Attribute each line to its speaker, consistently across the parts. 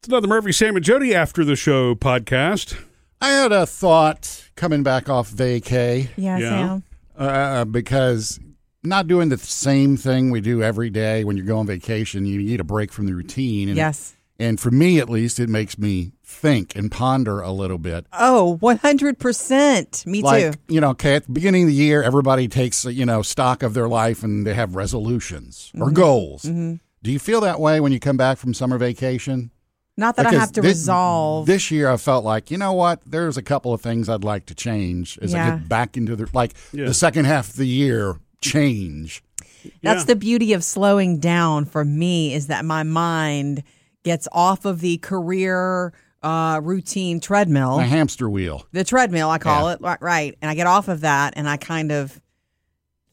Speaker 1: It's another Murphy, Sam, and Jody after the show podcast.
Speaker 2: I had a thought coming back off vacay
Speaker 3: Yeah,
Speaker 1: Yeah.
Speaker 3: Sam.
Speaker 2: uh, because not doing the same thing we do every day when you go on vacation, you need a break from the routine. And,
Speaker 3: Yes.
Speaker 2: And for me, at least, it makes me think and ponder a little bit.
Speaker 3: Oh, 100%. Me
Speaker 2: like,
Speaker 3: too.
Speaker 2: you know, okay, at the beginning of the year, everybody takes, you know, stock of their life and they have resolutions or
Speaker 3: Mm-hmm.
Speaker 2: goals. Do you feel that way when you come back from summer vacation?
Speaker 3: Not that I
Speaker 2: Because
Speaker 3: have to
Speaker 2: this-
Speaker 3: resolve.
Speaker 2: This year, I felt like, you know what? There's a couple of things I'd like to change as I
Speaker 3: Yeah.
Speaker 2: get back into the, like,
Speaker 1: Yeah.
Speaker 2: the second half of the year change.
Speaker 3: That's
Speaker 1: Yeah.
Speaker 3: the beauty of slowing down for me is that my mind gets off of the career uh, routine treadmill,
Speaker 2: A hamster wheel.
Speaker 3: the treadmill, I call it, li- right? And I get off of that and I kind of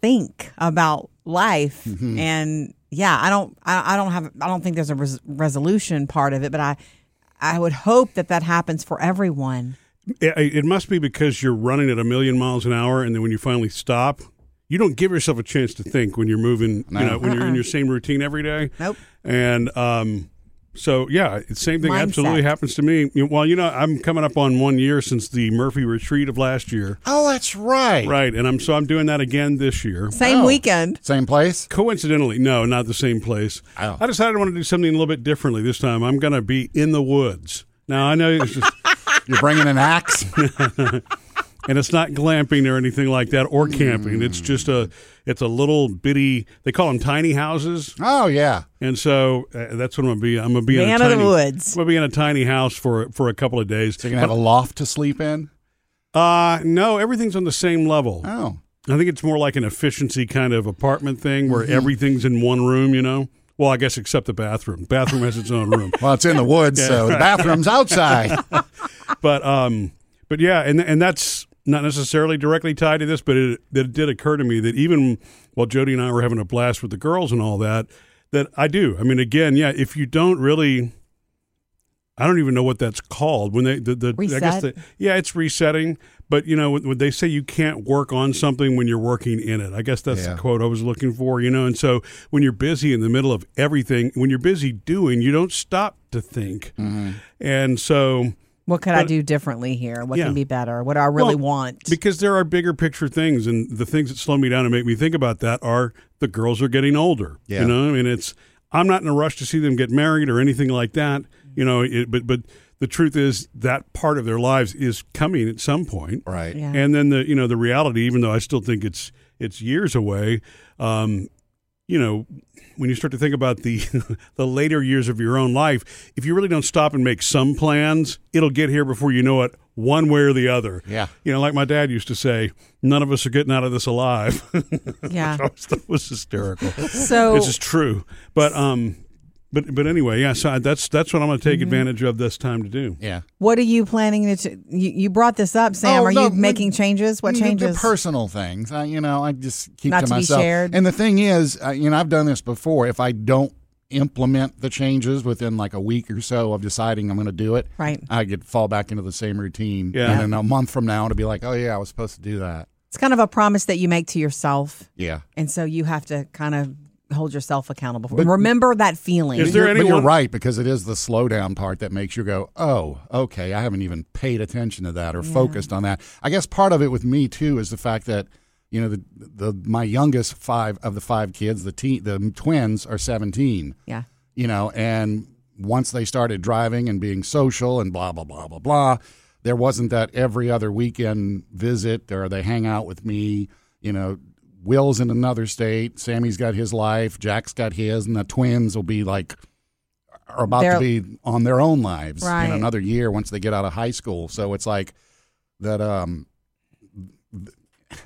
Speaker 3: think about life
Speaker 2: Mm-hmm.
Speaker 3: and yeah i don't I, I don't have i don't think there's a res- resolution part of it but i i would hope that that happens for everyone
Speaker 1: It, it must be because you're running at a million miles an hour, and then when you finally stop, you don't give yourself a chance to think when you're moving. You
Speaker 2: No. Uh-uh.
Speaker 1: know, when you're in your same routine every day.
Speaker 3: Nope.
Speaker 1: And um, so yeah, it's same thing
Speaker 3: Mindset.
Speaker 1: absolutely happens to me. You- Well, you know, I'm coming up on one year since the Murphy retreat of last year,
Speaker 2: Oh, that's right.
Speaker 1: right? And I'm so I'm doing that again this year.
Speaker 3: same
Speaker 2: Oh.
Speaker 3: weekend
Speaker 2: Same place?
Speaker 1: Coincidentally, no, not the same place.
Speaker 2: Oh.
Speaker 1: I decided I want to do something a little bit differently this time. I'm going to be in the woods. Now I know, it's just,
Speaker 2: You're bringing an axe?
Speaker 1: and it's not glamping or anything like that, or camping. It's just a, it's a little bitty. They call them tiny houses,
Speaker 2: oh, yeah.
Speaker 1: and so uh, that's what I'm gonna be. I'm gonna be in
Speaker 3: Man
Speaker 1: a
Speaker 3: of the
Speaker 1: tiny,
Speaker 3: woods.
Speaker 1: I'm gonna be in a tiny house for for a couple of days.
Speaker 2: So you're going to have a loft to sleep in?
Speaker 1: Uh no, everything's on the same level.
Speaker 2: Oh.
Speaker 1: I think it's more like an efficiency kind of apartment thing where everything's in one room. You know. Well, I guess except the bathroom. Bathroom has its own room.
Speaker 2: Well, it's in the woods, so the bathroom's outside.
Speaker 1: but um but yeah and and that's not necessarily directly tied to this but it, it did occur to me that even while jody and i were having a blast with the girls and all that that i do i mean again yeah if you don't really i don't even know what that's called when they the, the i guess
Speaker 3: Reset?
Speaker 1: the, yeah it's resetting but you know when, when they say you can't work on something when you're working in it i guess that's
Speaker 2: Yeah.
Speaker 1: the quote i was looking for you know and so when you're busy in the middle of everything when you're busy doing you don't stop to think and so
Speaker 3: What could I do differently here? What
Speaker 1: Yeah.
Speaker 3: can be better? What do I really
Speaker 1: Well,
Speaker 3: want?
Speaker 1: Because there are bigger picture things, and the things that slow me down and make me think about that are the girls are getting older.
Speaker 2: Yeah.
Speaker 1: You know, I mean, it's I'm not in a rush to see them get married or anything like that. You know, it, but but the truth is that part of their lives is coming at some point,
Speaker 2: Right.
Speaker 3: Yeah.
Speaker 1: and then the you know the reality, even though I still think it's it's years away, um, you know, when you start to think about the the later years of your own life, if you really don't stop and make some plans, it'll get here before you know it, one way or the other.
Speaker 2: Yeah.
Speaker 1: You know, like my dad used to say, none of us are getting out of this alive.
Speaker 3: yeah.
Speaker 1: that was hysterical.
Speaker 3: So
Speaker 1: This is true, but um, but but anyway, yeah. So I, that's that's what I'm going to take advantage of this time to do.
Speaker 2: Mm-hmm. Yeah.
Speaker 3: what are you planning to? You, you brought this up, Sam.
Speaker 2: Oh,
Speaker 3: are
Speaker 2: no,
Speaker 3: you
Speaker 2: we-
Speaker 3: making changes? What
Speaker 2: The- the
Speaker 3: changes?
Speaker 2: personal things. I, you know, I just keep
Speaker 3: Not
Speaker 2: to,
Speaker 3: to be
Speaker 2: myself.
Speaker 3: shared.
Speaker 2: And the thing is, uh, you know, I've done this before. If I don't implement the changes within like a week or so of deciding I'm going to do it,
Speaker 3: Right.
Speaker 2: I could fall back into the same routine.
Speaker 1: Yeah.
Speaker 2: And then a month from now, to be like, oh yeah, I was supposed to do that.
Speaker 3: It's kind of a promise that you make to yourself,
Speaker 2: Yeah.
Speaker 3: and so you have to kind of hold yourself accountable for. Remember that feeling.
Speaker 1: Is there
Speaker 2: But you're
Speaker 1: anyone-
Speaker 2: right because it is the slowdown part that makes you go, oh, okay, I haven't even paid attention to that or focused on that. I guess part of it with me too is the fact that you know the the my youngest five of the five kids, the teen, the twins are seventeen.
Speaker 3: yeah.
Speaker 2: you know, and once they started driving and being social and blah, blah, blah, blah, blah, there wasn't that every other weekend visit or they hang out with me. You know, Will's in another state, Sammy's got his life, Jack's got his, and the twins will be like, are about to
Speaker 3: They're-
Speaker 2: be on their own lives
Speaker 3: Right.
Speaker 2: in another year once they get out of high school. So it's like that, um,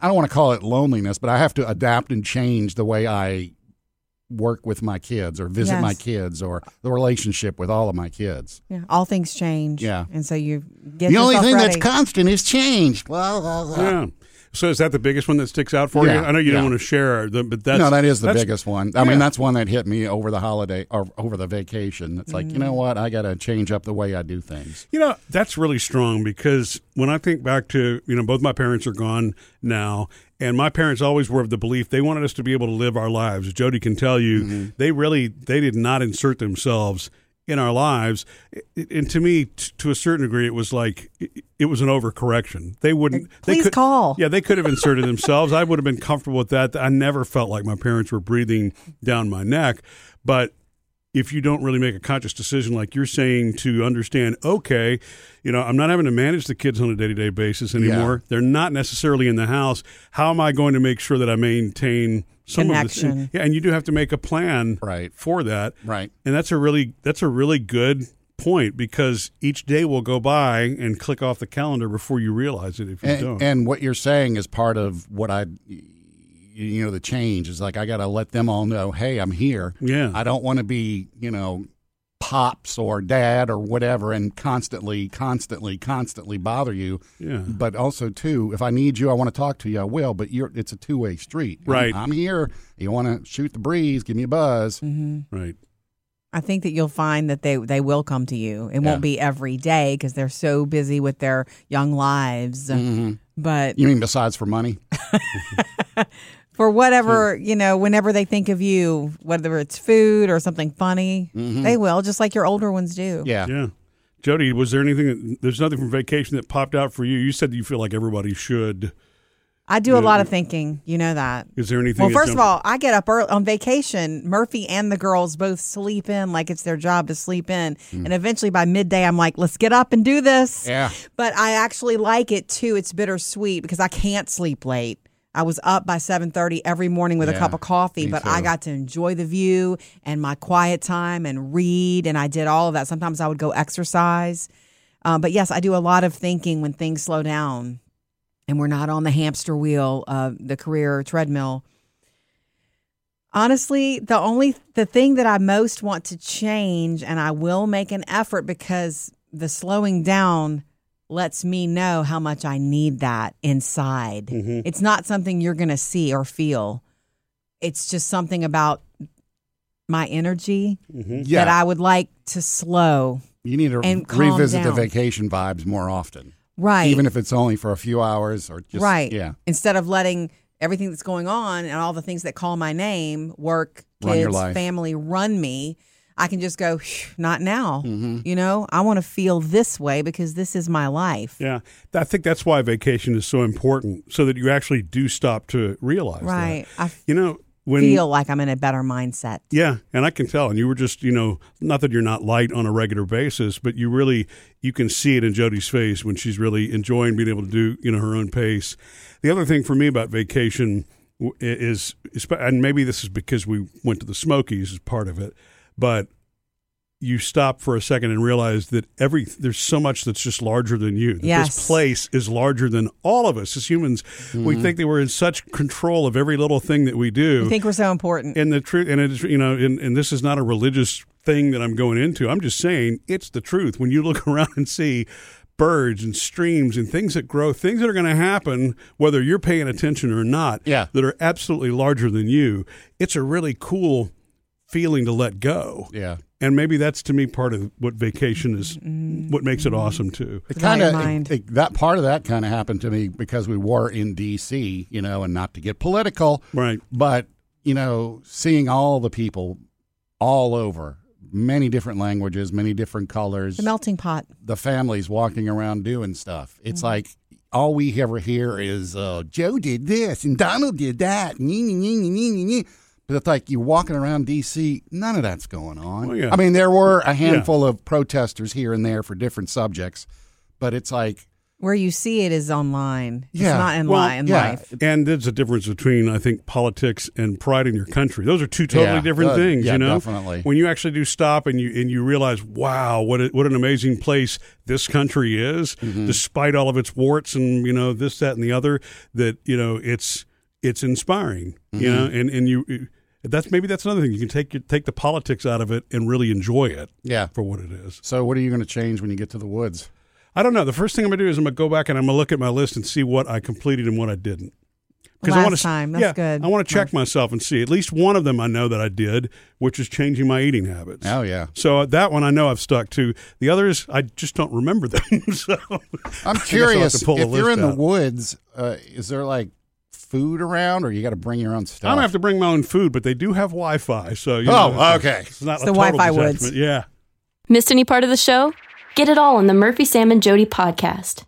Speaker 2: I don't want to call it loneliness, but I have to adapt and change the way I work with my kids or visit
Speaker 3: Yes.
Speaker 2: my kids or the relationship with all of my kids.
Speaker 3: Yeah. All things change.
Speaker 2: Yeah.
Speaker 3: And so you get
Speaker 2: the only
Speaker 3: yourself
Speaker 2: thing that's
Speaker 3: ready.
Speaker 2: constant is change. Blah, blah, blah.
Speaker 1: Yeah. So is that the biggest one that sticks out for
Speaker 2: Yeah,
Speaker 1: you? I know you don't
Speaker 2: yeah.
Speaker 1: want to share, the, but that's
Speaker 2: no, that is the
Speaker 1: that's-
Speaker 2: biggest one. I mean, that's one that hit me over the holiday or over the vacation. It's like, you know what? I got to change up the way I do things.
Speaker 1: You know, that's really strong because when I think back to, you know, both my parents are gone now, and my parents always were of the belief they wanted us to be able to live our lives. Jody can tell you, they really they did not insert themselves in our lives. I- And to me, t- to a certain degree, it was like it- it was an overcorrection. They wouldn't. they
Speaker 3: Please
Speaker 1: could,
Speaker 3: call.
Speaker 1: Yeah, they could have inserted themselves. I would have been comfortable with that. I never felt like my parents were breathing down my neck. But if you don't really make a conscious decision, like you're saying, to understand, okay, you know, I'm not having to manage the kids on a day to day basis anymore. They're not necessarily in the house. How am I going to make sure that I maintain some of this?
Speaker 3: Connection.
Speaker 1: Yeah, and you do have to make a plan
Speaker 2: Right.
Speaker 1: for that.
Speaker 2: Right.
Speaker 1: And that's a really that's a really good point because each day will go by and click off the calendar before you realize it if you
Speaker 2: And,
Speaker 1: don't.
Speaker 2: and what you're saying is part of what I, you know, the change is like I got to let them all know, hey, I'm here.
Speaker 1: Yeah.
Speaker 2: I don't want to be, you know, pops or dad or whatever, and constantly, constantly, constantly bother you.
Speaker 1: yeah.
Speaker 3: Mm-hmm.
Speaker 2: But also too, if I need you, I want to talk to you, I will. But you're, it's a two way street. I'm-
Speaker 1: Right.
Speaker 2: I'm, here. You want to shoot the breeze? Give me a buzz.
Speaker 1: Right.
Speaker 3: I think that you'll find that they they will come to you. It
Speaker 2: Yeah.
Speaker 3: won't be every day because they're so busy with their young lives.
Speaker 2: Mm-hmm.
Speaker 3: But
Speaker 2: You mean besides for money?
Speaker 3: for whatever you know, whenever they think of you, whether it's food or something funny, they will. Just like your older ones do.
Speaker 2: Mm-hmm. Yeah.
Speaker 1: Yeah. Jody, was there anything that, there's nothing from vacation that popped out for you? You said that you feel like everybody should.
Speaker 3: I do a lot of thinking. You know that.
Speaker 1: Is there anything
Speaker 3: Well,
Speaker 1: that
Speaker 3: first of
Speaker 1: jumped-
Speaker 3: all, I get up early on vacation. Murphy and the girls both sleep in like it's their job to sleep in. And eventually by midday, I'm like, let's get up and do this.
Speaker 2: Mm. Yeah.
Speaker 3: But I actually like it too. It's bittersweet because I can't sleep late. I was up by 7:30 every morning with a
Speaker 2: Yeah,
Speaker 3: cup of coffee,
Speaker 2: me
Speaker 3: but
Speaker 2: too.
Speaker 3: I got to enjoy the view and my quiet time and read and I did all of that. Sometimes I would go exercise. Um, but yes, I do a lot of thinking when things slow down and we're not on the hamster wheel of the career treadmill. Honestly, the only the thing that I most want to change and I will make an effort because the slowing down lets me know how much I need that inside.
Speaker 2: Hmm.
Speaker 1: Mm-hmm,
Speaker 3: It's not something you're going to see or feel. It's just something about my energy
Speaker 1: mm-hmm.
Speaker 2: Yeah.
Speaker 3: that I would like to slow.
Speaker 2: you need to
Speaker 3: and calm
Speaker 2: revisit the
Speaker 3: down.
Speaker 2: vacation vibes more often.
Speaker 3: Right.
Speaker 2: even if it's only for a few hours or just
Speaker 3: right.
Speaker 2: yeah
Speaker 3: Instead of letting everything that's going on and all the things that call my name, work,
Speaker 2: Run your
Speaker 3: kids,
Speaker 2: life.
Speaker 3: family, run me, I can just go, "Phew, not now.
Speaker 1: Mm-hmm.
Speaker 3: You know, I want to feel this way because this is my life.
Speaker 1: Yeah, I think that's why vacation is so important, so that you actually do stop to realize. that.
Speaker 3: Right. I
Speaker 1: You know when.
Speaker 3: feel like I'm in a better mindset.
Speaker 1: yeah, and I can tell. And you were just, you know, not that you're not light on a regular basis, but you really, you can see it in Jody's face when she's really enjoying being able to do, you know, her own pace. The other thing for me about vacation w- i- is, is and maybe this is because we went to the Smokies as part of it, but you stop for a second and realize that every there's so much that's just larger than you. That This
Speaker 3: Yes.
Speaker 1: place is larger than all of us as humans. We think that we're in such control of every little thing that we do.
Speaker 3: You think we're so important.
Speaker 1: And the truth, and it's you know, and, and this is not a religious thing that I'm going into. I'm just saying it's the truth. When you look around and see birds and streams and things that grow, things that are going to happen, whether you're paying attention or not,
Speaker 2: Yeah.
Speaker 1: that are absolutely larger than you. It's a really cool feeling to let go.
Speaker 2: yeah
Speaker 1: And maybe that's to me part of what vacation is, what makes it awesome too.
Speaker 2: it
Speaker 3: Without
Speaker 2: kind
Speaker 3: your
Speaker 2: of
Speaker 3: mind.
Speaker 2: that part of that kind of happened to me because we were in DC you know and not to get political
Speaker 1: Right.
Speaker 2: but you know seeing all the people all over many different languages many different colors
Speaker 3: the melting pot.
Speaker 2: the families walking around doing stuff it's like all we ever hear is uh, Joe did this and Donald did that nyeh, nyeh, nyeh, nyeh, nyeh, nyeh. but it's like you walking around DC none of that's going on
Speaker 1: Well, Oh, yeah.
Speaker 2: I mean there were a handful of protesters here and there for different subjects but it's like
Speaker 3: Where you see it is online.
Speaker 2: Yeah.
Speaker 3: It's not in,
Speaker 1: Well,
Speaker 3: li- in
Speaker 2: yeah.
Speaker 3: life.
Speaker 1: And there's a difference between, I think, politics and pride in your country. Those are two totally
Speaker 2: Yeah,
Speaker 1: different
Speaker 2: uh,
Speaker 1: things.
Speaker 2: yeah,
Speaker 1: you know,
Speaker 2: definitely.
Speaker 1: When you actually do stop and you and you realize, wow, what a, what an amazing place this country is,
Speaker 2: Mm-hmm.
Speaker 1: despite all of its warts and you know this, that, and the other. That you know, it's it's inspiring. You
Speaker 2: Mm-hmm.
Speaker 1: know, and and you. That's maybe that's another thing you can take your, take the politics out of it and really enjoy it
Speaker 2: yeah
Speaker 1: for what it is.
Speaker 2: so what are you going to change when you get to the woods
Speaker 1: I don't know. The first thing I'm gonna do is I'm gonna go back and I'm gonna look at my list and see what I completed and what I didn't. I
Speaker 3: Last
Speaker 1: wanna, s-
Speaker 3: time. That's
Speaker 1: yeah,
Speaker 3: good.
Speaker 1: I want to check myself and see at least one of them. I know that I did, which is changing my eating habits.
Speaker 2: oh yeah
Speaker 1: So uh, that one I know I've stuck to. The others I just don't remember them. so
Speaker 2: I'm
Speaker 1: I guess I'll have
Speaker 2: curious
Speaker 1: to pull a
Speaker 2: if you're
Speaker 1: list
Speaker 2: in the
Speaker 1: out.
Speaker 2: woods uh, is there like food around or you got to bring your own
Speaker 1: I
Speaker 2: stuff
Speaker 1: don't have to bring my own food, but they do have Wi-Fi. So you
Speaker 2: Oh,
Speaker 1: know, it's-
Speaker 2: okay.
Speaker 1: It's not
Speaker 3: It's
Speaker 1: a
Speaker 3: the
Speaker 1: total
Speaker 3: Wi-Fi
Speaker 1: disaster,
Speaker 3: woods.
Speaker 1: but Yeah.
Speaker 4: Missed any part of the show? Get it all on the Murphy, Sam, and Jody podcast.